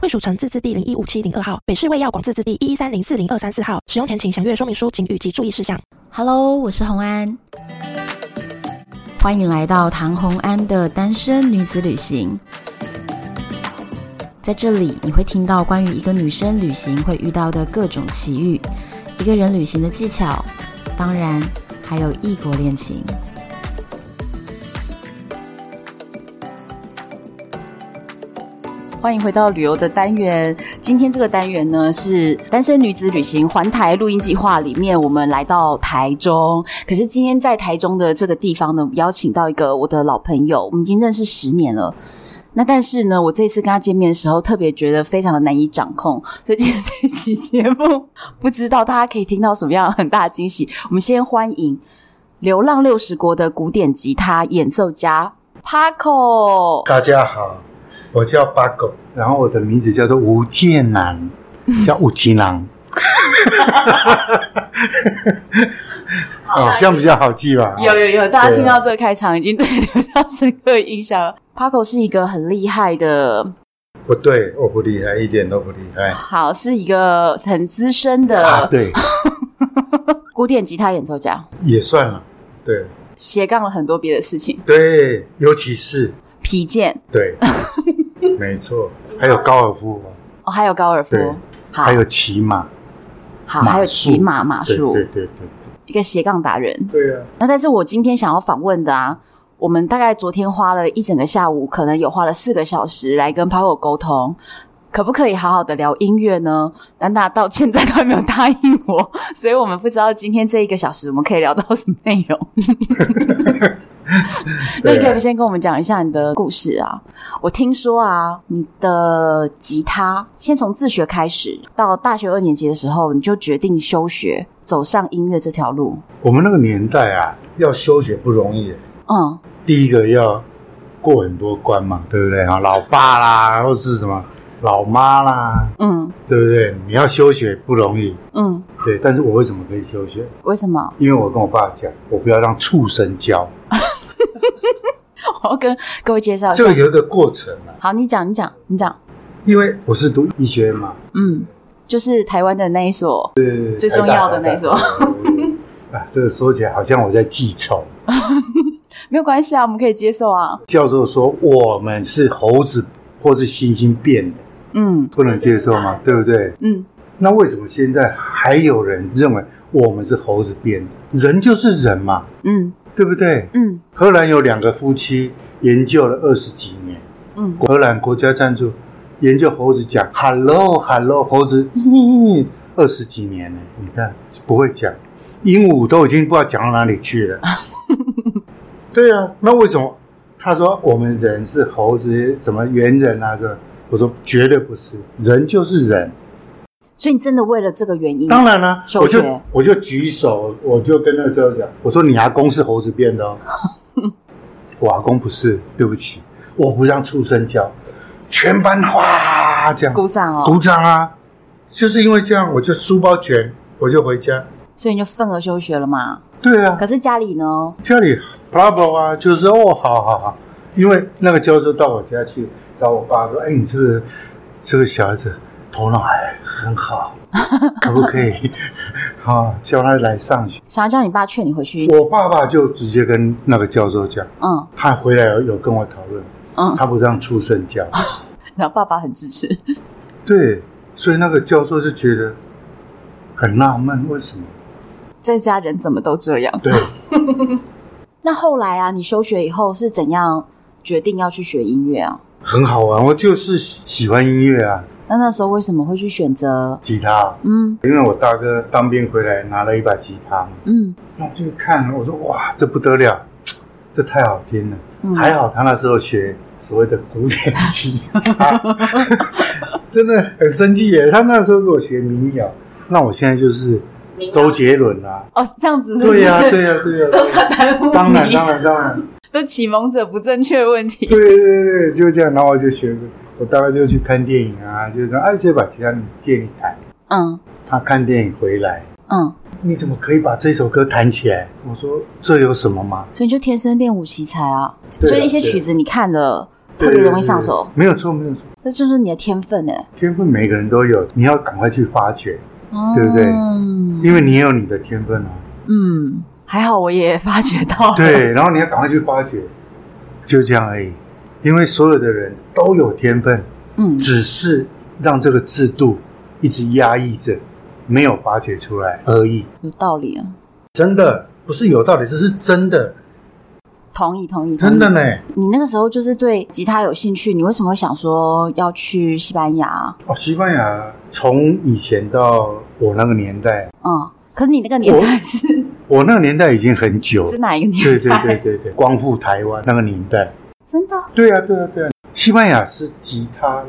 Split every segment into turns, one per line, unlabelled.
惠蜀城自治地零一五七零二号，北市卫药广自治地一一三零四零二三四号。使用前请详阅说明书请及注意事项。
Hello，我是红安，欢迎来到唐红安的单身女子旅行。在这里，你会听到关于一个女生旅行会遇到的各种奇遇，一个人旅行的技巧，当然还有异国恋情。
欢迎回到旅游的单元。今天这个单元呢是单身女子旅行环台录音计划里面，我们来到台中。可是今天在台中的这个地方呢，邀请到一个我的老朋友，我们已经认识十年了。那但是呢，我这次跟他见面的时候，特别觉得非常的难以掌控，所以今天这期节目不知道大家可以听到什么样很大的惊喜。我们先欢迎《流浪六十国》的古典吉他演奏家 Paco。
大家好，我叫八狗，然后我的名字叫做吴建南， 叫吴奇郎。 哦，这样比较好记吧？
有有有，大家
对啊
听到这个开场已经对留下深刻的印象了。Paco 是一个很厉害的，
不对，我不厉害，一点都不厉害
好是一个很资深
啊！
的
对，
古典吉他演奏家，
也算了，对
斜杠了很多别的事情，
对，尤其是
皮件
对，没错，还有高尔夫，
哦，还有高尔夫
对，
好，
还有骑马，
好，
马术
还有骑马马
对
术
对，对对
一个斜杠达人。
对对啊！
那但是我今天想要访问的啊，我们大概昨天花了一整个下午，可能有花了四个小时来跟 Paco 沟通，可不可以好好的聊音乐呢？那那到现在都还没有答应我， 所以我们不知道今天这一个小时我们可以聊到什么内容。 那你可以先跟我们讲一下你的故事啊？我听说啊，你的吉他先从自学开始，到大学二年级的时候，你就决定休学，走上音乐这条路。
我们那个年代啊，要休学不容易，
嗯，
第一个要过很多关嘛，对不对啊？老爸啦，或是什么老妈啦，
嗯
对不对？你要休学不容易，
嗯，
对。但是我为什么可以休学？
为什么？
因为我跟我爸讲，我不要让畜生教，
我要跟各位介绍一下
这。个有一个过程啊。
好，你讲，你讲，你讲。
因为我是读医学院嘛，
嗯，就是台湾的那一所，
对，
最重要的那一首
台大。对对对啊，这个说起来好像我在记仇。
没有关系啊，我们可以接受啊。
教授说我们是猴子或是猩猩变的，
嗯
不能接受嘛，对不对？
嗯，
那为什么现在还有人认为我们是猴子变的？人就是人嘛，
嗯
对不对？
嗯
荷兰有两个夫妻研究了二十几年，
嗯，
荷兰国家赞助研究猴子讲 “hello hello” 猴子，二十几年了，你看不会讲，鹦鹉都已经不知道讲到哪里去了。对啊，那为什么他说我们人是猴子，什么猿人啊？这我说绝对不是，人就是人。
所以你真的为了这个原因，
当然啦、
休
我
学
就我就举手，我就跟那个教授讲，我说你阿公是猴子变 的哦，我阿公不是，对不起，我不让畜生教，全班哗这样
鼓掌哦，
鼓掌啊，就是因为这样，我就书包卷，我就回家。
所以你就份额休学了嘛。
对啊，
可是家里呢，
家里 p r o b l e 啊，就是哦，好好好，因为那个教授到我家去找我爸说，哎，你这个这个小孩子头脑还 很好，可不可以 啊叫他来上学？
想要叫你爸劝你回去，
我爸爸就直接跟那个教授讲，
嗯
他回来有有跟我讨论，
嗯，
他不让畜生教，
然后爸爸很支持，
对，所以那个教授就觉得很纳闷，为什么？
这家人怎么都这样？
对，
那后来啊，你休学以后是怎样决定要去学音乐啊？
很好玩，我就是喜欢音乐啊，
那那时候为什么会去选择？
吉他，
嗯
因为我大哥当兵回来拿了一把吉他，
嗯
那我就看，我说哇，这不得了，这太好听了，
嗯，
还好他那时候学所谓的古典 吉他，真的很生气耶。他那时候给我学民谣，那我现在就是周杰伦啊，
哦，这样子是不是？
对 呀、对呀、对呀、
都在白污
当然
泥
当然当然，
都启蒙者不正确问题。
对对对对，就这样，然后我就学，我大概就去看电影啊，就是说，哎、啊，就把吉他你借你弹，
嗯
他看电影回来，
嗯，
你怎么可以把这首歌弹起来？我说这有什么吗？
所以你就天生练武奇才啊。
对啊
所以一些曲子你看了特别容易上手，
对，对对对没有错没有错，
这就是你的天分哎，
天分每个人都有，你要赶快去发掘，对不对
嗯
因为你也有你的天分啊。
嗯，还好我也发觉到了，
对，然后你要赶快去发掘，就这样而已。因为所有的人都有天分，
嗯
只是让这个制度一直压抑着，没有发掘出来而已。
有道理啊，
真的不是有道理，这是真的，
同意同意，
真的
同意
呢。
你那个时候就是对吉他有兴趣，你为什么会想说要去西班牙？
哦，西班牙从以前到我那个年代，
嗯，可是你那个年代是
我那个年代已经很久
是
了。
哪一个
对
年
对
代？
对对对，光复台湾那个年代。
真的
对啊，对啊，对啊！西班牙是吉他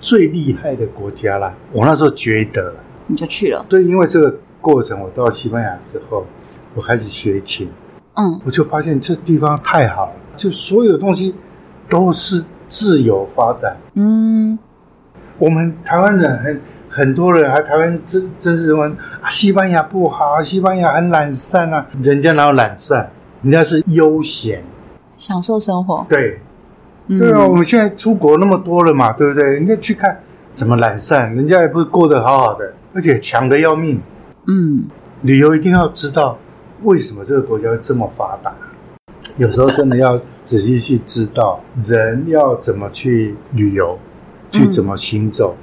最厉害的国家啦。我那时候觉得啦，
你就去了？
所以因为这个过程，我到西班牙之后，我开始学琴，
嗯，
我就发现这地方太好了，就所有的东西都是自由发展。
嗯，
我们台湾人很很多人还台湾真真是问啊，西班牙不好啊，西班牙很懒散啊，人家哪有懒散，人家是悠闲，
享受生活。
对，
嗯
对啊，我们现在出国那么多了嘛，对不对？人家去看怎么懒散，人家也不是过得好好的，而且强的要命。
嗯，
旅游一定要知道为什么这个国家这么发达，有时候真的要仔细去知道
嗯
人要怎么去旅游，去怎么行走。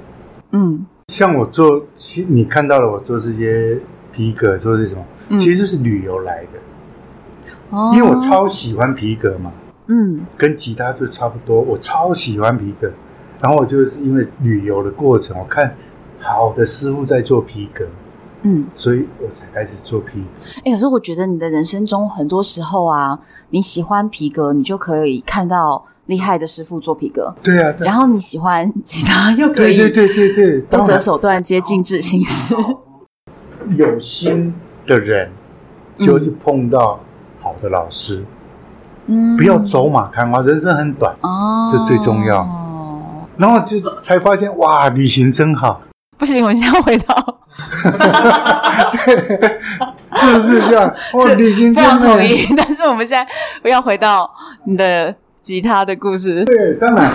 嗯
像我做，其你看到了我做这些皮革，做这些什么，
嗯
其实是旅游来的，
哦
因为我超喜欢皮革嘛。
嗯
跟吉他就差不多，我超喜欢皮革。然后我就是因为旅游的过程，我看好的师傅在做皮革，
嗯，
所以我才开始做皮革。
哎、有时候我觉得你的人生中很多时候啊，你喜欢皮革，你就可以看到厉害的师傅做皮革，
对啊，对
然
啊，
后你喜欢吉他，又可
对对
以
对对对，
不
当
择
然
手段接近至心师。
有心的人就会碰到好的老师，
嗯，
不要走马看花，人生很短。
哦，
这最重要然后就才发现，哇，旅行真好，
不行，我现在回到
是不是这样？哇，
是
旅行
非
真
常
好
同。意， 但是我们现在不要回到你的吉他的故事。
对，当然，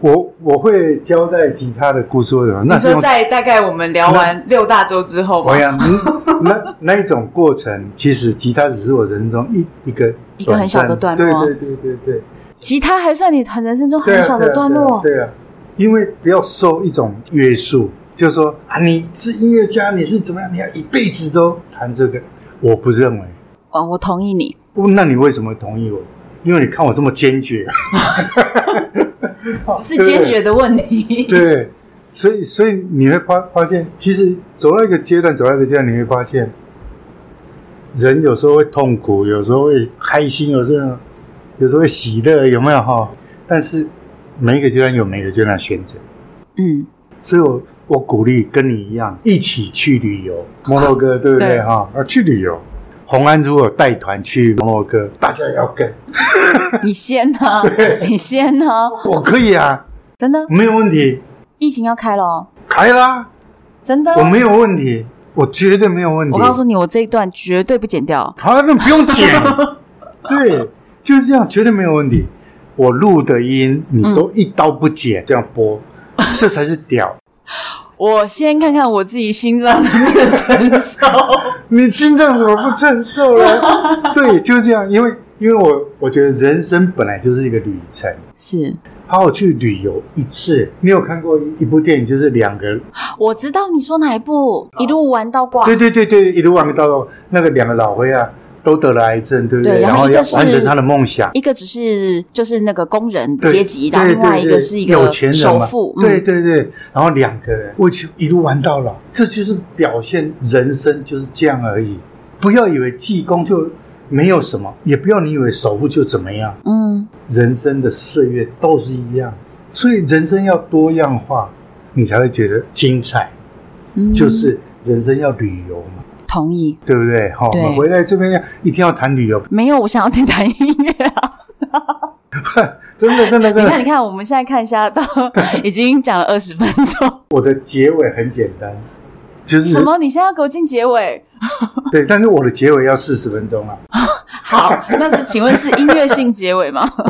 我我会交代吉他的故事为什么，
你
那是
说
用
在大概我们聊完六大洲之后
我
嘛，
想，嗯 那那一种过程，其实吉他只是我人生中一一个
一个很小的
短暂
段落
对对对对对，
吉他还算你人生中
对啊
很小的段落。
对啊对啊对啊，因为不要受一种约束，就说啊，你是音乐家，你是怎么样，你要一辈子都弹这个，我不认为。
哦，我同意你。
哦那你为什么同意我？因为你看我这么坚决，
不是坚决的问 题。
哦对，所以所以你会发发现，其实走到一个阶段，走到一个阶段，你会发现，人有时候会痛苦，有时候会开心，有时候有时候会喜乐，有没有哈？但是每一个阶段有每一个阶段的选择，
嗯，
所以我我鼓励跟你一样一起去旅游，摩洛 哥对不对
对
哈？啊，去旅游。红安如果带团去摩洛哥，大家也要跟，
你先啊，你先啊，
我可以啊，
真的，
没有问题，
疫情要开了哦，
开啦，
真的。
我没有问题，我绝对没有问题。
我告诉你，我这一段绝对不剪掉。
好，那不用剪， 对，就是这样，绝对没有问题。我录的音你都一刀不剪，这样 播，这才是屌。
我先看看我自己心脏能不能承 受。
你心脏怎么不承受 了？对，就是这样，因为因为我我觉得人生本来就是一个旅程，
是
好好去旅游一次。你有看过一一部电影，就是两个，
我知道你说哪一部，一路玩到挂。
对对对对，一路玩到那个两个老灰啊，都得了癌症，对不
对然
然
后
后
一个
要
是
完成他的梦想。
一个只是就是那个工人
对
阶级，然后
对
另外一
对
个
对
是一个
有钱人
首
嘛
富。
对
嗯，
对对，然后两个人我去一路玩到老，这就是表现人生就是这样而已。不要以为济公就没有什么，也不要你以为守护就怎么样，
嗯，
人生的岁月都是一样，所以人生要多样化，你才会觉得精彩。
嗯
就是人生要旅游嘛，
同意。
对不对？哈、
对
我们回来这边要一定要谈旅游，
没有，我想要听谈音乐啊！
真的真的真
你
的。
看，你看，我们现在看一下， 到已经讲了二十分钟。
我的结尾很简单，就是
什么？你现在要给我进结尾？
对，但是我的结尾要四十分钟啊，
好，那是请问是音乐性结尾吗？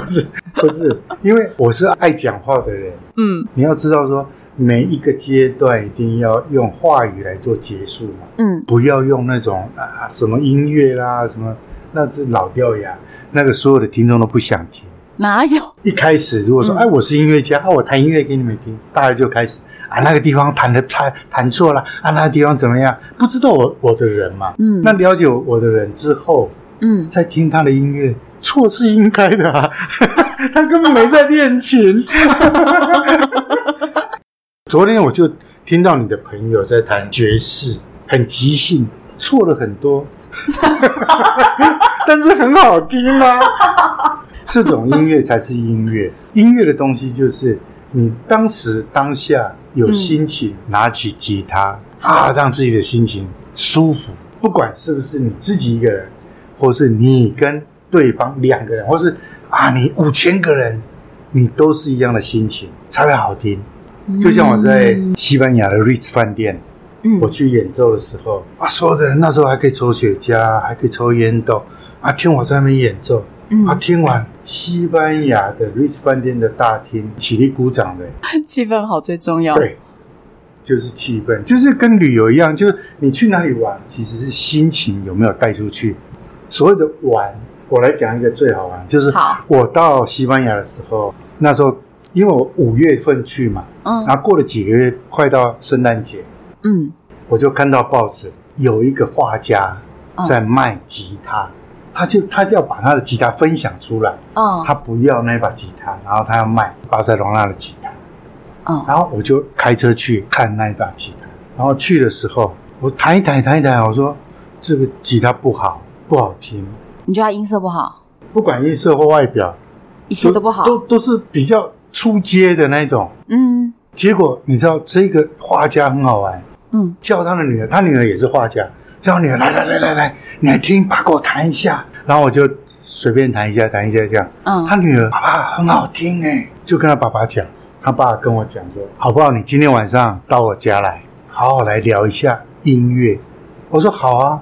不是，因为我是爱讲话的人，
嗯
你要知道说每一个阶段一定要用话语来做结束嘛，
嗯，
不要用那种啊什么音乐啦，什么那是老掉牙，那个所有的听众都不想听。
哪有？
一开始如果说，
嗯
哎、我是音乐家，啊，我弹音乐给你们听，大家就开始啊，那个地方弹的差，弹错了，啊，那个地方怎么样？不知道我我的人嘛，
嗯
那了解我的人之后，
嗯，
在听他的音乐，错是应该的啊， 他根本没在练琴。 昨天我就听到你的朋友在弹爵士，很即兴，错了很多， 但是很好听啊。这种音乐才是音乐，音乐的东西就是你当时当下有心情，拿起吉他啊，让自己的心情舒服，不管是不是你自己一个人，或是你跟对方两个人，或是啊你五千个人，你都是一样的心情才会好听。就像我在西班牙的 Ritz 饭店，
嗯
我去演奏的时候啊，所有的人那时候还可以抽雪茄，还可以抽烟斗啊，听我在那边演奏。
嗯
啊，听完西班牙的 Ritz 饭店的大厅，起立鼓掌的，
气氛好最重要。
对，就是气氛，就是跟旅游一样，就是你去哪里玩，其实是心情有没有带出去。所谓的玩，我来讲一个最好玩，就是
好
我到西班牙的时候，那时候因为我五月份去嘛，
嗯
然后过了几个月，快到圣诞节，
嗯
我就看到报纸有一个画家
嗯
在卖吉他，他就他就要把他的吉他分享出来。
嗯
他不要那把吉他，然后他要卖巴塞罗那的吉他，
嗯
然后我就开车去看那一把吉他，然后去的时候我弹一弹弹一弹，我说这个吉他不好，不好听，
你觉得他音色不好，
不管音色或外表，
一切都不好。
都都是比较出街的那种。
嗯
结果你知道这个画家很好玩，
嗯，
叫他的女儿，他女儿也是画家，叫他女儿来来来来来，你来听，爸给我弹一下，然后我就随便弹一下弹一下这样，
嗯
他女儿爸爸很好听哎，就跟他爸爸讲，他爸跟我讲说，好不好？你今天晚上到我家来，好好来聊一下音乐。我说好啊，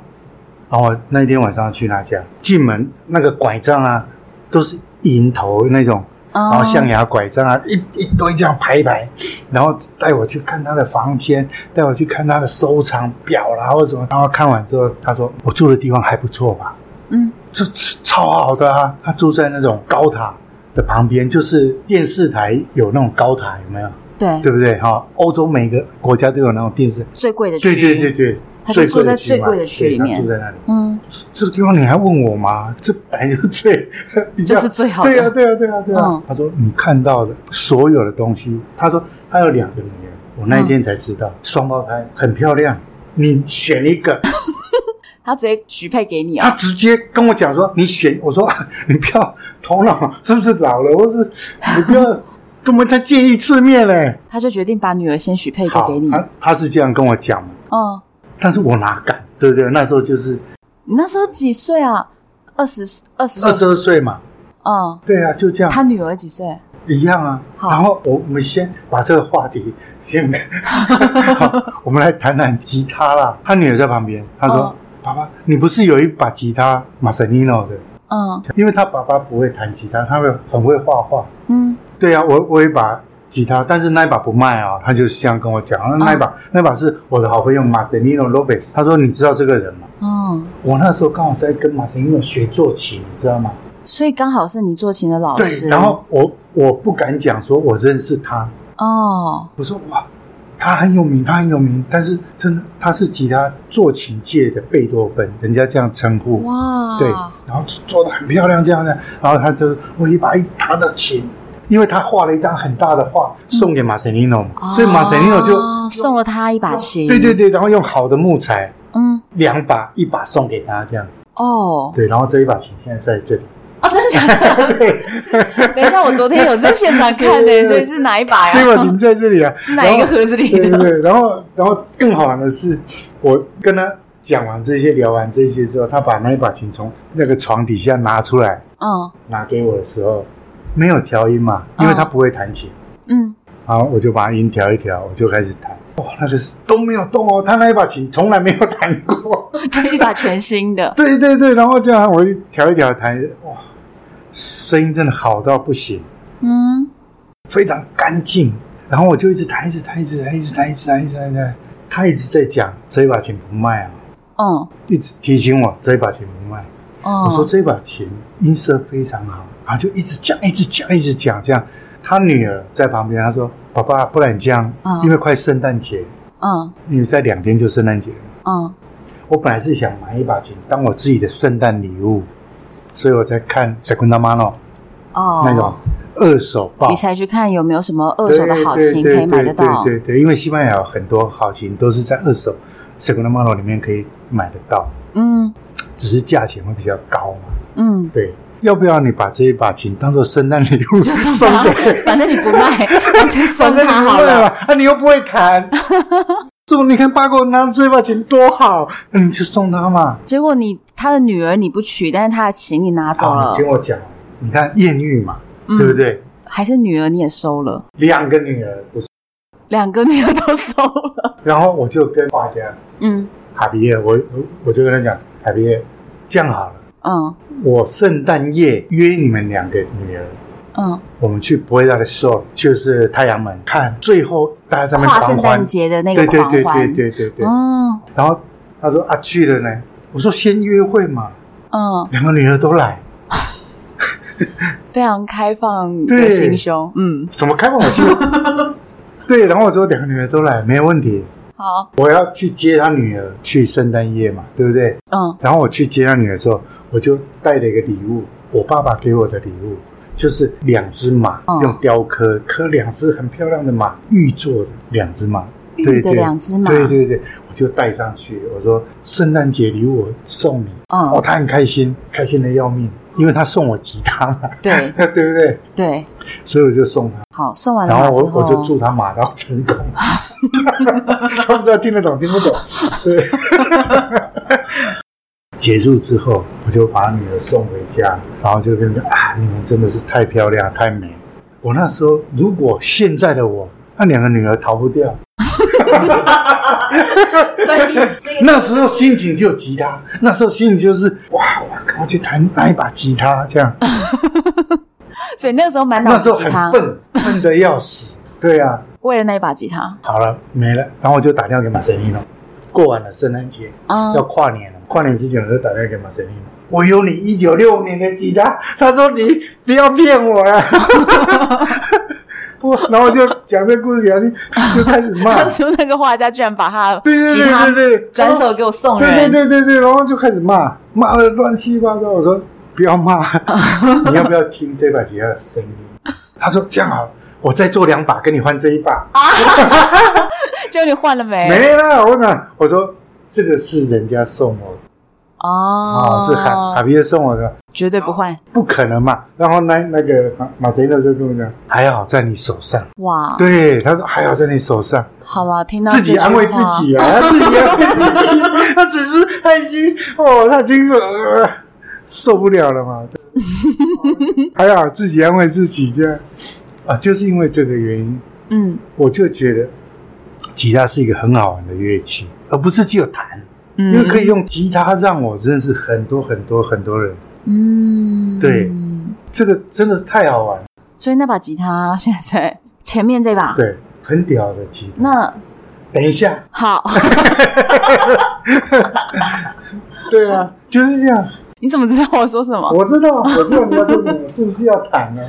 然后我那天晚上去他家，进门那个拐杖啊，都是银头那种，
嗯
然后象牙拐杖啊，一一堆这样排一排，然后带我去看他的房间，带我去看他的收藏表啦或什么，然后看完之后，他说我住的地方还不错吧。
嗯
这超好的啊！他住在那种高塔的旁边，就是电视台有那种高塔，有没有？
对，
对不对？哈、欧洲每个国家都有那种电视。
最贵的区。
对对对。对，
他就住在最
最
贵的区
区
里
嘛对
面
他住在那里。
嗯，
这这个地方你还问我吗？这本来就是最 比较
这是最好的
对啊，对啊，对啊，对啊。
嗯
他说你看到的所有的东西，他说他有两个女儿，我那一天才知道、
嗯
双胞胎很漂亮，你选 一个。
他直接许配给你
他
啊。
直接跟我讲说：“你选。”我说：“啊你不要头脑是不是老了，或是你不要跟我们再见一次 面嘞。
他就决定把女儿先许配”给
好
给你，。
他他是这样跟我讲嘛，
嗯，
但是我哪敢，对不对？那时候就是
你那时候几岁啊？二十二十
二十
岁。
二岁嘛，
嗯，
对啊，就这 样
他女儿几岁？
一样啊。
好
然后我我们先把这个话题先， 好我们来谈谈吉他啦。他女儿在旁边，他说
嗯：“
爸爸，你不是有一把吉他马塞尼诺的？
嗯
因为他爸爸不会弹吉他，他会很会画画。”
嗯
对啊，我我有一把吉他，但是那一把不卖啊。他就这样跟我讲，那一把、那把是我的好朋友马塞尼诺·罗贝斯。他说：“你知道这个人吗
嗯，？”
我那时候刚好在跟马塞尼诺学做琴，你知道吗？
所以刚好是你做琴的老师。
对，然后我我不敢讲说我认识他，
哦，
我说哇，他很有名，他很有名，但是真的他是吉他做琴界的贝多芬，人家这样称呼。
哇，
对，然后做的很漂亮这样的，然后他就我一把一他的琴，因为他画了一张很大的画送给马塞尼诺嘛，所以马塞尼诺就
嗯哦送了他一把琴。
对对，对，然后用好的木材
嗯，
两把，一把送给他这样，
哦，
对，然后这一把琴现在在 这里，
啊，真的假 的？等一下，我昨天有在现场看呢，所以是哪一把呀？
这一把琴在这里啊，
是哪一个
然后
盒子里
对对
的？
对，然后然后更好玩的是，我跟他讲完这些、聊完这些之后，他把那一把琴从那个床底下拿出来，
嗯
拿给我的时候，没有调音嘛，因为他不会弹琴，
嗯，
然后我就把音调一调，我就开始弹。哇，那个是都没有动哦，他那一把琴从来没有弹过。
就一把全新的。
对对对，然后这样我一调一调弹，哇，声音真的好到不行，
嗯，
非常干净。然后我就一直弹，一直弹，一直弹，一直弹，一直弹，一直弹一直弹。他一直在讲这一把琴不卖啊，
嗯，
一直提醒我这一把琴不卖。啊
哦，
我说这把琴音色非常好，然后就一直讲，一直讲，一直讲，这样。他女儿在旁边，他说：“爸爸，不然这样
嗯，
因为快圣诞节，
嗯
因为在两天就圣诞节了嘛
嗯，
我本来是想买一把琴当我自己的圣诞礼物，所以我在看 Segunda Mano
哦，
那种二手报
你，才去看有没有什么二手的好琴可以买得到
对对对对对对，因为西班牙有很多好琴都是在二手 Segunda Mano 里面可以买得到，
嗯
只是价钱会比较高嘛。
嗯，
对，要不要你把这一把琴当做圣诞礼 物
就
送
送他
给？，
反正你不卖，那 就送
正
他好了。
了，啊，你又不会弹， 送你看八哥拿这把琴多好，那你就送他嘛。
结果你他的女儿你不娶，但是他的琴你拿走
好，
了
啊你听，我讲，你看艳遇嘛，
嗯
对不？对？
还是女儿你也收了，
两个女儿不是，
两个女儿都收了。
然后我就跟画家
嗯
海比耶，我我我就跟他讲，海比耶，这样好了，
嗯
我圣诞夜约你们两个女儿。
嗯，
我们去博大的时候，就是太阳门看最后大家在那边
跨
狂
圣
欢
诞，节的那个狂
对对
欢
对，对对对对。
嗯
然后他说啊去了呢，我说先约会嘛，
嗯，
两个女儿都来，
非常开放的
对
心胸，嗯，
什么开放我 去？对，然后我说两个女儿都来，没有问题，
好，
我要去接他女儿去圣诞夜嘛，对不对？
嗯
然后我去接他女儿的时候，我就带了一个礼物，我爸爸给我的礼物就是两只马，
嗯
用雕刻刻两只很漂亮的马，玉做的两只马，对
玉的
对
两只马，嗯
对对对，我就带上去，我说圣诞节礼物我送你，哦，
嗯，
他很开心，开心的要命，因为他送我吉他嘛，
对
对不对？
对，
所以我就送他，
好，送完了
然
马
后
之
我我就祝他马到成功。 他不知道听得懂听不懂，对。结束之后，我就把女儿送回家，然后就跟她啊，你们真的是太漂亮，太美。我那时候如果现在的我，那两个女儿逃 不掉。那时候心情就有吉他，那时候心情就是哇，我赶快去弹那一把吉他，这样。
所以那个时候满脑
那时
子
候
吉
很
他，
笨，笨的要死。对啊，
为了那一把吉他，
好了，没了。然后我就打电话给马塞利诺，过完了圣诞节，
嗯
要跨年了，跨年之前我就打电话给马塞利诺，我有你一九六五年的吉他。他说你不要骗我 了。我然后我就讲这故事给他听，就开始骂
当。初那个画家居然把他的
啊对对
吉他
对对对，
转手给我送
对
人，
对对对对，然后就开始骂，骂的乱七八糟。我说不要 骂，你要不要听这把吉他的声音？他说这样好了，我再做两把跟你换这一把。
就你换了没？
没了，我讲，我说这个是人家送我的啊、
哦，
是海海皮耶送我的，
绝对不换，
不可能嘛。然后那那个马马塞诺就跟我讲，还好在你手上。
哇，
对，他说还好在你手上，
好了，听到
自己
这句
安慰自
话
己啊，他自己安慰自己，他 只是他已经哦，他已经、呃、受不了了嘛。还好自己安慰自己这样啊，就是因为这个原因，
嗯
我就觉得吉他是一个很好玩的乐器，而不是只有弹。
嗯，
因为可以用吉他让我认识很多很多很多人，
嗯，
对这个真的是太好玩了。
所以那把吉他现在前面这把，
对，很屌的吉他。
啊那
等一下，
好，
对啊，就是这样。
你怎么知道我说什么？
我知道，我知道你要说什么，是不是要 弹呢、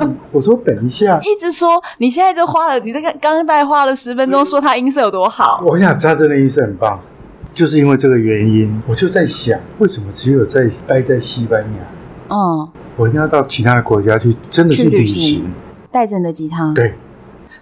嗯我说等一下，
一直说你现在就花了，你这个刚刚大概花了十分钟说他音色有多好，
我想他真的音色很棒，就是因为这个原因，我就在想，为什么只有在待在西班牙，
嗯，
我一定要到其他的国家去，真的去
去旅
旅
行嗯
行？
带着你的吉他，
对，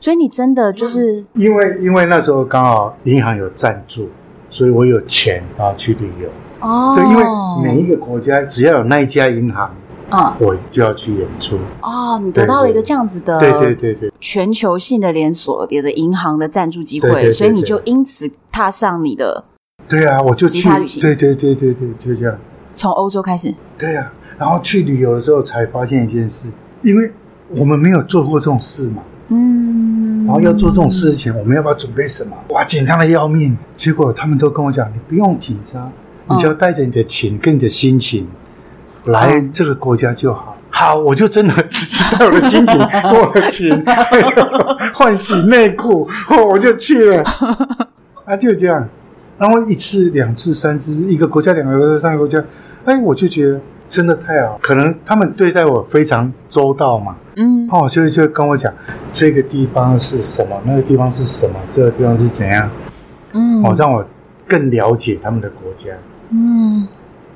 所以你真的就是
因为因为那时候刚好银行有赞助，所以我有钱啊去旅游。
哦
对，因为每一个国家只要有那一家银行，
嗯
我就要去演出。
哦，你得到了一个这样子的
对对对对，
全球性的连锁的银行的赞助机
对对
会，
对
所以你
对
就因此踏上你的
对啊，我就
其
去
他旅，行
对对对对对，就这样。
从欧洲开始。
对啊，然后去旅游的时候才发现一件事，因为我们没有做过这种事嘛，
嗯，
然后哦要做这种事之前，我们要不要准备什么？哇，紧张的要命。结果他们都跟我讲，你不用紧张，你只要带着你的情，跟你的心情来这个国家就好。好，我就真的只知道我的心情，我的情，哎呦换洗内裤，哦，我就去了。啊，就这样。然后一次、两次、三次，一个国家、两个国家、三个国家，哎，我就觉得真的太好。可能他们对待我非常周到嘛，
嗯
哦，所以就跟我讲这个地方是什么，那个地方是什么，这个地方是怎样，
嗯
哦，让我更了解他们的国家。
嗯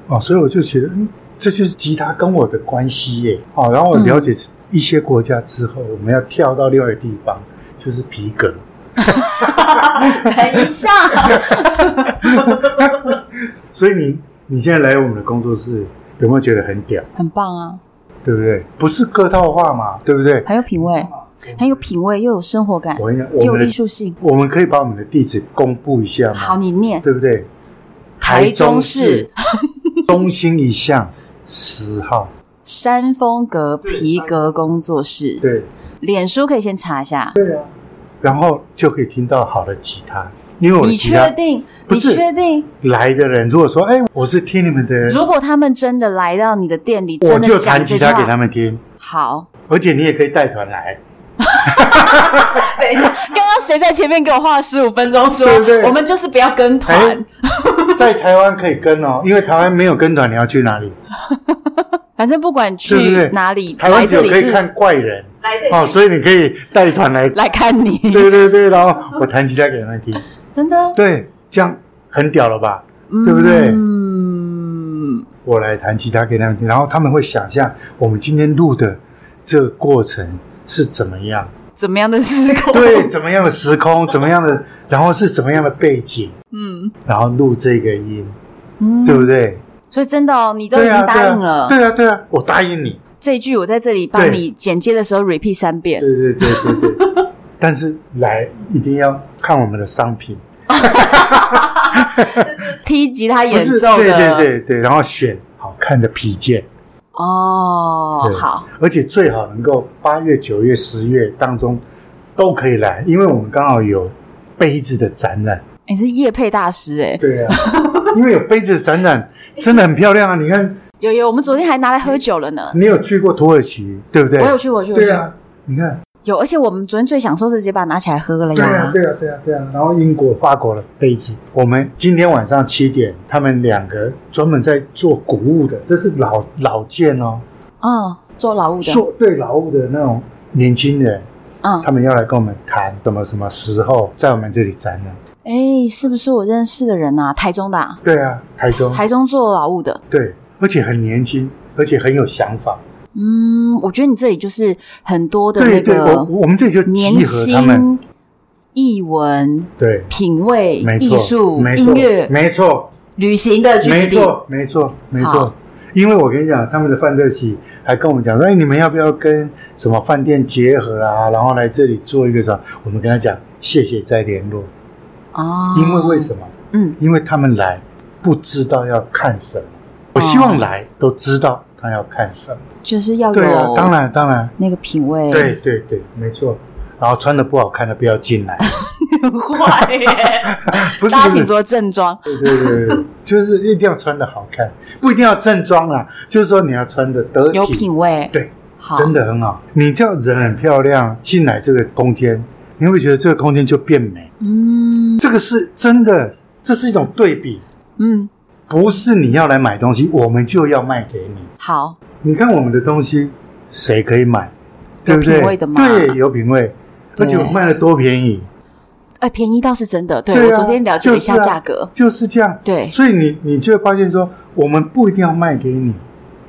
哦，所以我就觉得，嗯，这就是吉他跟我的关系耶。哦，然后我了解一些国家之后，我们要跳到另外一个地方，就是皮革。
等一下，
所以你你现在来我们的工作室，有没有觉得很屌？
很棒啊，
对不对？不是客套话嘛，对不对？
很有品味，很有品味，又有生活感，
我跟你讲，我
又有
们
艺
的
术性。
我们可以把我们的地址公布一下
好，
吗？
你念
对不对？
台中市
中心一巷十号，
山风格皮革工作室，
对，
脸书可以先查一下。
然后就可以听到好的吉他。因为我的
你
吉
确
他
定？
不
你
是
确定？
来的人，如果说哎，我是听你们的人，
如果他们真的来到你的店里，
我
真的
就
讲
弹
这
吉
句
他给他
话，
们听，
好。
而且你也可以带团来。
等一下，刚刚谁在前面给我画十五分钟说
对不对哎
我们就是不要跟团？，
在台湾可以跟哦，因为台湾没有跟团，你要去哪里？
反正不管
对不
去
对？
哪里，
台
来
湾只
这
有
里
可以
是
看怪人
来这里
哦，所以你可以带团来。
来看你，
对对对，然后我弹吉他给他们听，
真的，
对，这样很屌了吧？对
对
不对
嗯，
我来弹吉他给他们听，然后他们会想象我们今天录的这个过程是怎么样，
怎么样的时 空？
对，怎么样的时空，怎么样的，然后是什么样的背景，
嗯
然后录这个音，
嗯，
对不对？
所以真的哦，你都已
对啊，
经
对
答
啊
应了
对啊，对啊，我答 应你，
这一句，我在这里帮
对
你剪接的时候 repeat 三遍。
对对对对对。但是来一定要看我们的商品，
踢吉他
不
演
是
奏的，
对对对对，然后选好看的皮件，
哦，
对
好，
而且最好能够八月、九月、十月当中都可以来，因为我们刚好有杯子的展览。
你哎是夜配大师哎，
对啊， 因为有杯子的展览真的很漂亮啊！你看，
有有，我们昨天还拿来喝酒了呢。
你有去过土耳其，对不对？
我有去，我有去，我有
对
去，
啊，你看，
有，而且我们昨天最享受是直接把它拿起来喝了
对啊
哎呀，。
对啊，对啊，对啊。然后英国、法国的杯子，我们今天晚上七点，他们两个专门在做古物的，这是老老件哦，
嗯，做劳务的，
做对劳务的那种年轻人，
嗯，
他们要来跟我们谈什么什么时候在我们这里展览。
哎，是不是我认识的人啊？台中的啊，
对啊，台中，
台中做劳务的，
对，而且很年轻，而且很有想法。
嗯，我觉得你这里就是很多的那
对对，我
个
我们这里就
年
集合他们，
轻、艺文、
对，
品味
没、错
艺术
没、错
音乐、
没错，
旅行的聚集
没
地。
错，没错，没
好
错。因为我跟你讲，他们的范特西还跟我们讲说，哎，你们要不要跟什么饭店结合啊？然后来这里做一个什么？我们跟他讲，谢谢再联络。
哦，
因为为什么？
嗯，
因为他们来不知道要看什么。
哦
我希望来都知道他要看什么。
就是要
对啊
有，
当然当然，
那个品味，
对，对对，没错。然后穿的不好看的不要进 来，
很坏耶。
不是
大家
不是
请着正装，
对对对 对，就是一定要穿的好看，不一定要正装啦，就是说你要穿的得体，
有品味，
对，
好，
真的很好。你叫人很漂亮进来这个空间，你会觉得这个空间就变美。
嗯
这个是真的，这是一种对比，
嗯，
不是你要来买东西，我们就要卖给你。
好，
你看我们的东西，谁可以买，对不对？
有品味的嘛
对，有品味，
对
而且我卖的多便宜，
哎，便宜倒是真的，对
对
我
啊
昨天了解了一下
就是啊
价格，
就是这样。
对，
所以你你就会发现说，我们不一定要卖给你，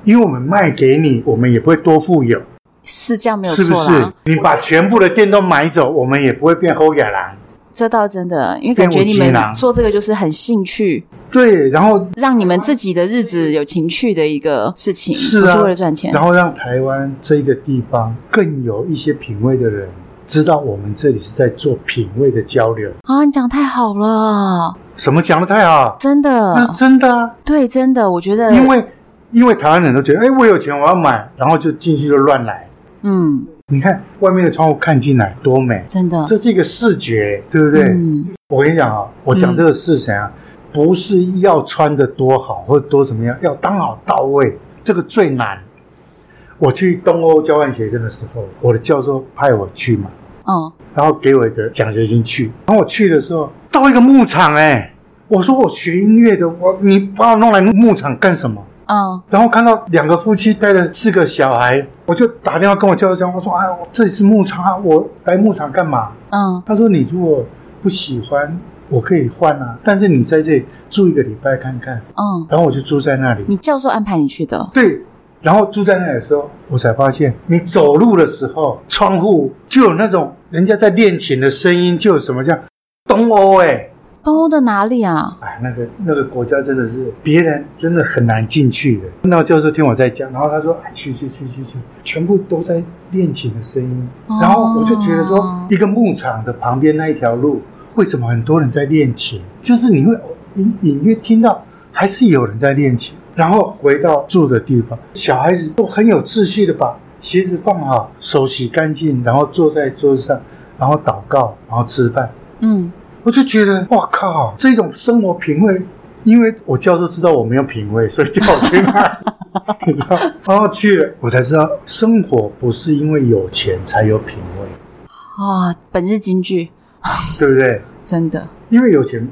因为我们卖给你，我们也不会多富有，
是这样没有
是不
错
是
啦，？
你把全部的店都买走，我们也不会变齁亚郎。
这倒真的，因为感觉你
变无
们
稽啦
做这个就是很兴趣，
对，然后
让你们自己的日子有情趣的一个事情，
是
不
啊
是为了赚钱。
然后让台湾这个地方更有一些品味的人知道我们这里是在做品味的交流。
啊，你讲太好了，
什么讲的太好？啊
真的
那，是真的啊，
对，真的，我觉得，
因为因为台湾人都觉得，哎，我有钱我要买，然后就进去就乱来。
嗯，
你看外面的窗户看进来多美，
真的，
这是一个视觉，对不对？
嗯
我跟你讲啊，我讲这个事情啊，不是要穿的多好或者多怎么样，要当好到位，这个最难。我去东欧交换学生的时候，我的教授派我去嘛，
嗯，
然后给我一个奖学金去。然后我去的时候，到一个牧场、哎，我说我学音乐的，我你把我弄来牧场干什么？
嗯，
然后看到两个夫妻带了四个小孩，我就打电话跟我教授讲，我说：“哎，我这里是牧场啊，我来牧场干嘛？”
嗯，
他说：“你如果不喜欢，我可以换啊，但是你在这里住一个礼拜看看。
嗯”，
然后我就住在那里。
你教授安排你去的，
对，然后住在那里的时候，我才发现，你走路的时候，窗户就有那种人家在练琴的声音，就有什么像东欧哎、
东欧的哪里啊？
哎，那个那个国家真的是别人真的很难进去的。那教授听我在讲，然后他说：“哎，去去去去去，全部都在练琴的声音。”然后我就觉得说，一个牧场的旁边那一条路，为什么很多人在练琴？就是你会隐隐约听到还是有人在练琴。然后回到住的地方，小孩子都很有秩序的把鞋子放好，手洗干净，然后坐在桌子上，然后祷告，然后吃饭。
嗯，
我就觉得，哇靠，这种生活品味，因为我教授知道我没有品味，所以叫我 去那，你知道，然后去了，我才知道，生活不是因为有钱才有品味，
啊，本日金句，
对不对？
真的，
因为有钱，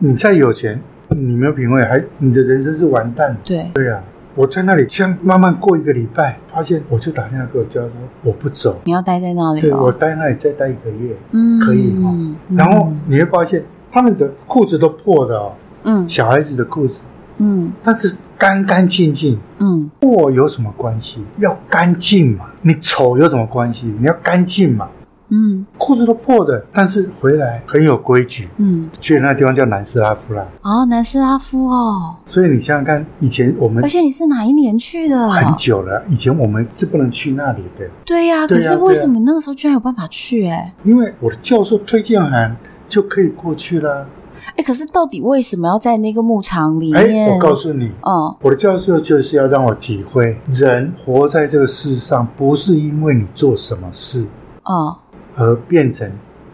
你再有钱，你没有品味，还你的人生是完蛋的。
对，
对啊，我在那里这样慢慢过一个礼拜，发现我就打电话给我教授，我不走，
你要待在那里
对我
哦，
待那里再待一个月，
嗯，
可以哈
嗯
然后你会发现他们的裤子都破的哦，
嗯
小孩子的裤子。
嗯
但是干干净净，
嗯，
破有什么关系？要干净嘛，你丑有什么关系？你要干净嘛，
嗯
裤子都破的，但是回来很有规矩。
嗯，
去的那地方叫南斯拉夫啦，
啊，南斯拉夫哦，
所以你想想看，以前我们
而且你是哪一年去的？
嗯很久了，以前我们是不能去那里的，
对呀、
对
可
呀
是为什么那个时候居然有办法去、哎
因为我的教授推荐函就可以过去啦。
哎，可是到底为什么要在那个牧场里
哎，
面？
我告诉你，
嗯
我的教授就是要让我体会，人活在这个世上，不是因为你做什么事，
嗯
而变成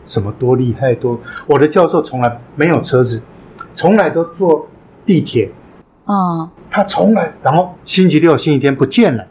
什么多厉害多。我的教授从来没有车子，从来都坐地铁，
嗯
他从来然后星期六、星期天不见了，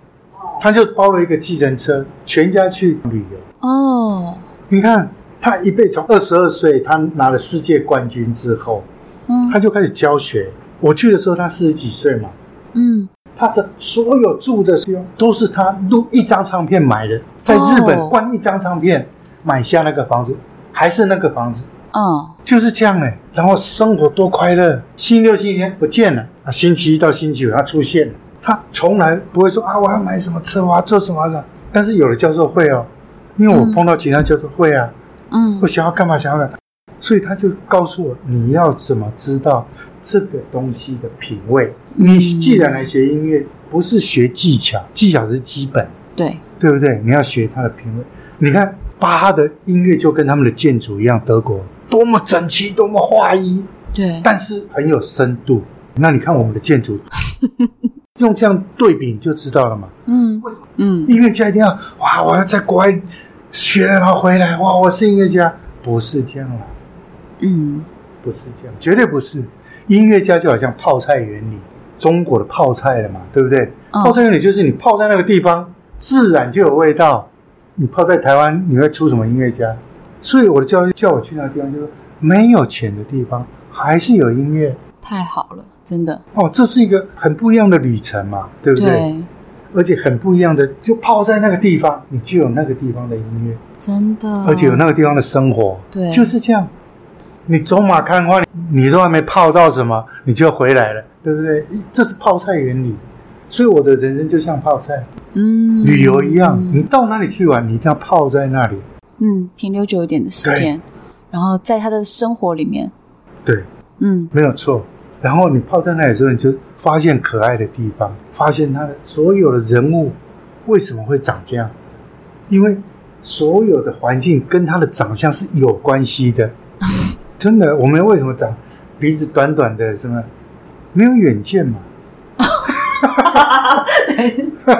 他就包了一个计程车，全家去旅游。
哦，
你看他一辈从二十二岁，他拿了世界冠军之后，
嗯
他就开始教学。我去的时候他四十几岁嘛，
嗯，
他的所有住的地方都是他录一张唱片买的，在日
哦
本光一张唱片买下那个房子，还是那个房子。
嗯
就是这样哎、然后生活多快乐。星期六、星期天不见了，啊，星期一到星期五他出现了，他从来不会说啊，我要买什么车，我要做什么的。但是有的教授会哦，因为我碰到其他教授会啊，
嗯
我想要干嘛想要干嘛，所以他就告诉我你要怎么知道这个东西的品味。你既然来学音乐，不是学技巧，技巧是基本，
对，
对不对？你要学它的品味。你看巴哈的音乐就跟他们的建筑一样，德国多么整齐，多么划一，
对，
但是很有深度。那你看我们的建筑， 用这样对比你就知道了嘛。
嗯嗯
音乐家一定要哇，我要在国外学了然后回来，哇，我是音乐家，不是这样啦，
嗯，
不是这样，绝对不是。音乐家就好像泡菜原理，中国的泡菜了嘛，对不对？
嗯
泡菜原理就是你泡在那个地方，自然就有味道。你泡在台湾，你会出什么音乐家？所以我的教育叫我去那个地方，就是没有钱的地方，还是有音乐。
太好了，真的，
哦，这是一个很不一样的旅程嘛，对不对？
对，
而且很不一样的，就泡在那个地方，你就有那个地方的音乐，
真的，
而且有那个地方的生活，
嗯对
就是这样。你走马看花，你都还没泡到什么，你就回来了，对不对？这是泡菜原理。所以我的人生就像泡菜，
嗯
旅游一样，你到哪里去玩，你一定要泡在那里。
嗯，停留久一点的时间，然后在他的生活里面，
对，
嗯，
没有错。然后你泡在那里之后，你就发现可爱的地方，发现它的所有的人物为什么会长这样，因为所有的环境跟它的长相是有关系的。真的，我们为什么长鼻子短短的？什么没有远见嘛？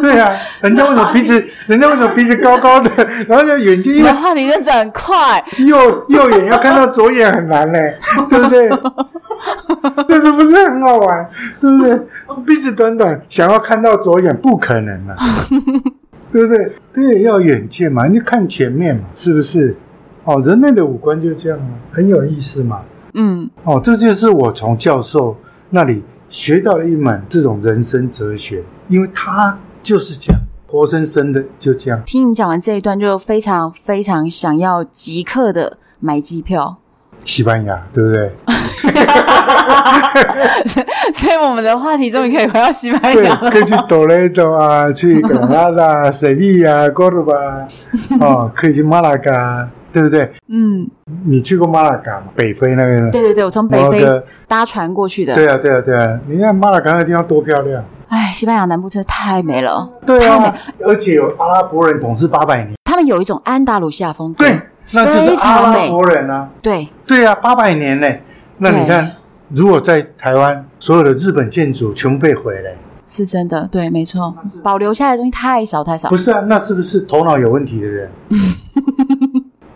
对啊，人家为什么鼻子，人家为什么鼻子高高的，然后就眼睛因为
然后你的转快，
右右眼要看到左眼很难嘞、对不对？这是不是很好玩？对不对？鼻子短短，想要看到左眼不可能啊，对不对？对，要远见嘛，你就看前面嘛，是不是？哦，人类的五官就这样啊，很有意思嘛。
嗯
哦，这就是我从教授那里学到了一门这种人生哲学，因为他就是这样，活生生的就这样。
听你讲完这一段，就非常非常想要即刻的买机票，
西班牙，对不对？
所以我们的话题终于可以回到西班牙
对，可以去 Toledo 啊，去 Granada、塞利啊、哥鲁巴，哦，可以去马拉嘎，对不对？
嗯，
你去过马拉嘎吗？北非那边的
对。对对，我从北
然后
非
的
搭船过去的。
对啊，对啊，对啊！你看马拉嘎那地方多漂亮，
哎，西班牙南部真的太美了，
对
太
啊
美。，
而且有阿拉伯人统治八百年，
他们有一种安达鲁西亚风格，
对，那就
非
是阿
常
拉
美。
伯人啊，
对，
对啊，八百年呢。那你看，如果在台湾，所有的日本建筑全部被毁了，
是真的，对，没错，保留下来的东西太少太少
不，是啊？那是不是头脑有问题 的人？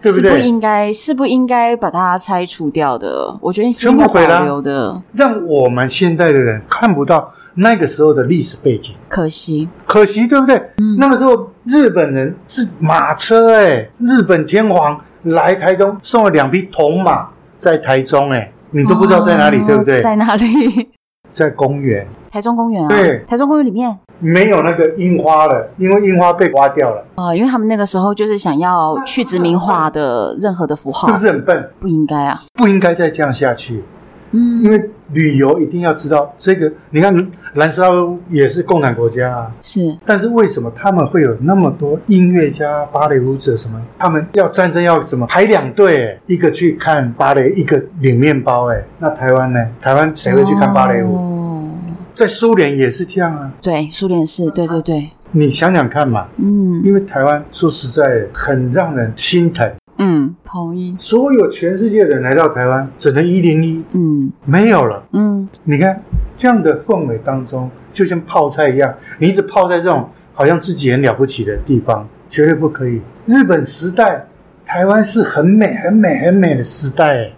对不
是不
对？
应该是不应该把它拆除掉的，我觉得是
全
应
部
该
毁了
保留的，
让我们现代的人看不到那个时候的历史背景，
可惜，
可惜，对不对？那个时候日本人是马车、哎，日本天皇来台中送了两匹铜马在台中、哎，你
你
都不知道在哪里，对不对？
哦在哪里？
在公园
台中公园啊，
对
台中公园里面
没有那个樱花了，因为樱花被挖掉了，
啊、呃因为他们那个时候就是想要去殖民化的任何的符号，
是不是很笨？
不应该啊？
不应该再这样下去，
嗯，
因为旅游一定要知道这个。你看，南斯拉夫也是共产国家啊，
是
但是为什么他们会有那么多音乐家、芭蕾舞者什么？他们要战争要什么？排两队，哎一个去看芭蕾，一个领面包。哎，那台湾呢？台湾谁会去看芭蕾舞？
哦、
在苏联也是这样啊。
对，苏联是，对对对，
你想想看嘛，
嗯
因为台湾说实在的很让人心疼，
嗯，同意，
所有全世界的人来到台湾，只能一零一
嗯
没有了。
嗯，
你看这样的氛围当中，就像泡菜一样，你一直泡在这种好像自己很了不起的地方，绝对不可以。日本时代，台湾是很美、很美、很美的时代。哎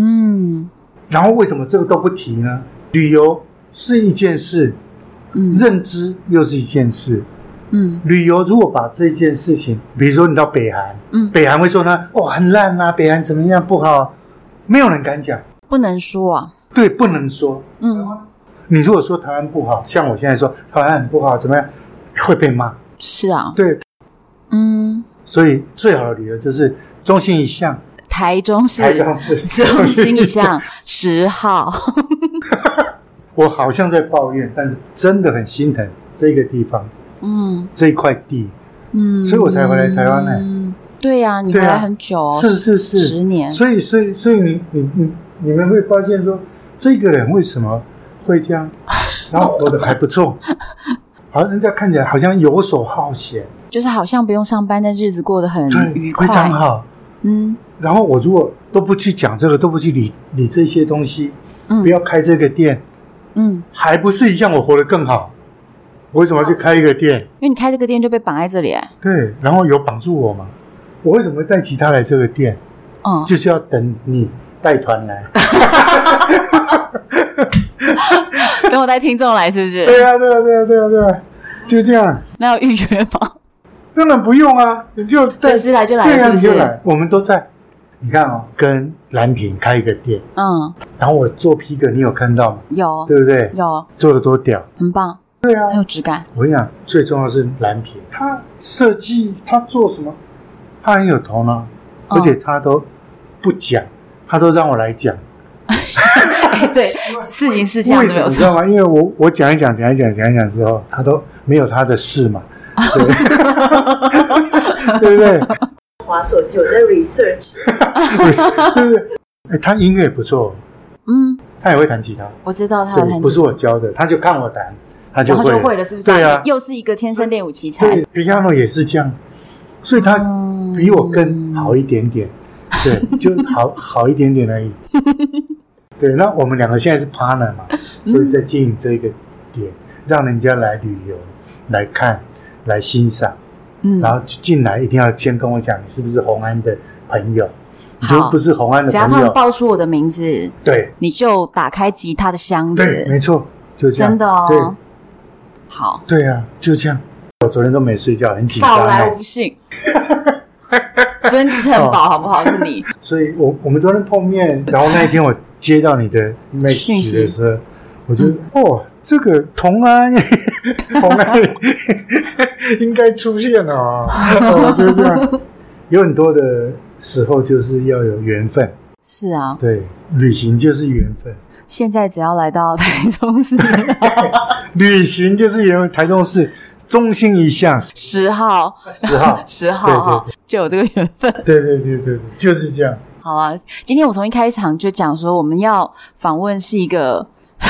嗯
然后为什么这个都不提呢？旅游是一件事，
嗯
认知又是一件事。
嗯
旅游如果把这件事情，比如说你到北韩，
嗯
北韩会说呢，哦，很烂啊，北韩怎么样不好，啊没有人敢讲，
不能说啊，
对，不能说，
嗯，
你如果说台湾不好，像我现在说台湾很不好，怎么样，会被骂。
是啊，
对，
嗯，
所以最好的理由就是中心一项，
台中是
台中 市
中心一项十号，
我好像在抱怨，但是真的很心疼这个地方
嗯
这一块地，
嗯，
所以我才回来台湾呢
嗯，对呀、你回
对啊
来很久、哦，
是是是，
十年，
所以所以所以你你你你们会发现说，这个人为什么会这 样，然后活得还不错，好像人家看起来好像游手好闲，
就是好像不用上班，但日子过得很愉
对，
快
非，常好。
嗯
然后我如果都不去讲这个，都不去理理这些东西，
嗯
不要开这个店，
嗯，
还不是一样我活得更好？我为什么要去开一个店？
因为你开这个店就被绑在这里、哎
对，然后有绑住我嘛？我为什么会带吉他来这个店？
嗯，
就是要等你带团来。
等我带听众来是不是？
对啊，对啊，对啊，对啊，对啊，就这样。
那要预约吗？
当然不用啊，你就
随
在
时来就来
对
了，是
啊，
不？
你就是来，我们都在。你看哦，跟蓝瓶开一个店，
嗯，
然后我做皮革，你有看到吗？
有
对不对？
有，
做的多屌！
很棒，
对啊
很，有质感，
我跟你讲，最重要的是蓝瓶，他设计，他做什么，他很有头
嗯
脑，而且他都不讲，他都让我来讲。
哎，对，事情是这样
为
子没
什么
有
你知
错，
道吗？因为我我讲一讲，讲一讲，讲一讲之后， 他都没有他的事嘛，对对不对？
划手机，我在 research。
对不对？哎，他音乐不错，
嗯，
他也会弹吉他，
我知道他有弹
对，
琴，
不是我教的，他就看我弹，他就
然后
会
就
了，
会了，是不是？
对啊，
又是一个天生练武奇才
对。，piano 也是这样，所以他
嗯
比我更好一点点，对，就好好一点点 而已。对，那我们两个现在是 partner 嘛，
嗯
所以在经营这个点，让人家来旅游、来看、来欣赏，
嗯
然后进来一定要先跟我讲你是不是红安的朋友，你就
好
不是红安的
只要他
朋
们
友，
报出我的名字，
对
你就打开吉他的箱
对，没
子，
错，就这样，
真的
对
哦。好，
对啊，就这样。我昨天都没睡觉，很紧
少
张、
来
哎
无信， 尊称
哦
宝好不好？是你
所以我我们昨天碰面，然后那一天我接到你的 message 的时候，我就、哦，这个同安 同安 应该出现了啊、哦，我就这样。有很多的时候就是要有缘分，
是啊。
对，旅行就是缘分，
现在只要来到台中市
旅行就是缘分。台中市中心一巷
十号，，
十 号
十号哈
对
就有这个缘分。
对对对对，对就是这样。
好啊，今天我从一开场就讲说我们要访问是一个。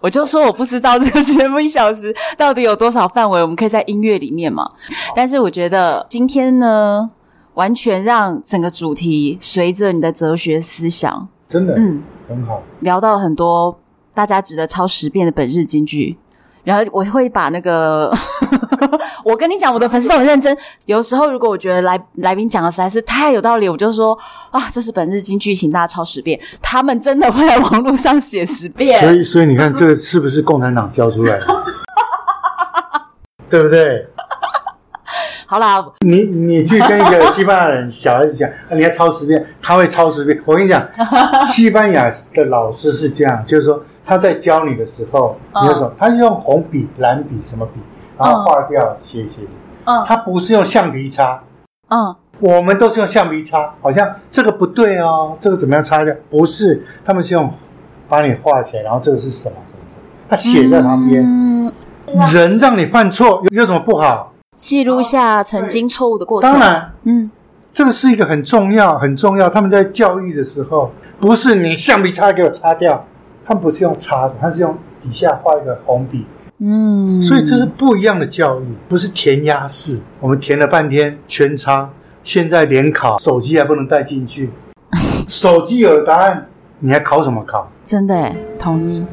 我就说我不知道这个节目一小时到底有多少范围，我们可以在音乐里面嘛。但是我觉得今天呢，完全让整个主题随着你的哲学思想，
真的、
嗯，
很好，
聊到很多大家值得抄十遍的本日金句，然后我会把那个， 我跟你讲，我的粉丝都很认真。有时候如果我觉得来来宾讲的实在是太有道理，我就说啊，这是本日金句，请大家抄十遍。他们真的会在网络上写十遍，
所以所以你看，这个是不是共产党教 出来的？对不对？
好啦，
你你去跟一 个西班牙人小孩子讲，啊你要抄十遍，他会抄十遍。我跟 你讲，西班牙的老师是这样，就是说他在教你的时候，
嗯
你要什么？他是用红笔、蓝笔什么笔，然后画掉写写写。
嗯
他不是用橡皮擦，
嗯，
我们都是用橡皮擦，好像这个不对哦，这个怎么样擦掉？不是，他们是用把你画起来，然后这个是什么什么什么，他写在旁边。
嗯，
人让你犯错有有什么不好？
记录下曾经错误的过程。
当，然，
嗯，
这个是一个很重要、很重要。他们在教育的时候，不是你橡皮擦给我擦掉，他们不是用擦的，他是用底下画一个红笔，
嗯，
所以这是不一样的教育，不是填鸭式。我们填了半天全擦，现在联考手机还不能带 进去，手机有了答案，你还考什么考？
真的哎，同意。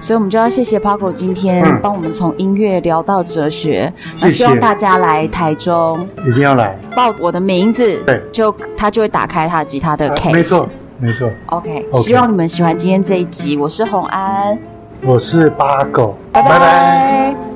所以我们就要谢谢 Paco 今天
嗯
帮我们从音乐聊到哲学，那
谢谢
希望大家来台中
一定要来，
报我的名字，
对
就他就会打开他的吉他的
啊
case，、
没错，没错。
，OK，,
OK
希望你们喜欢今天这一集，我是洪安，
我是八狗，
拜
拜拜
拜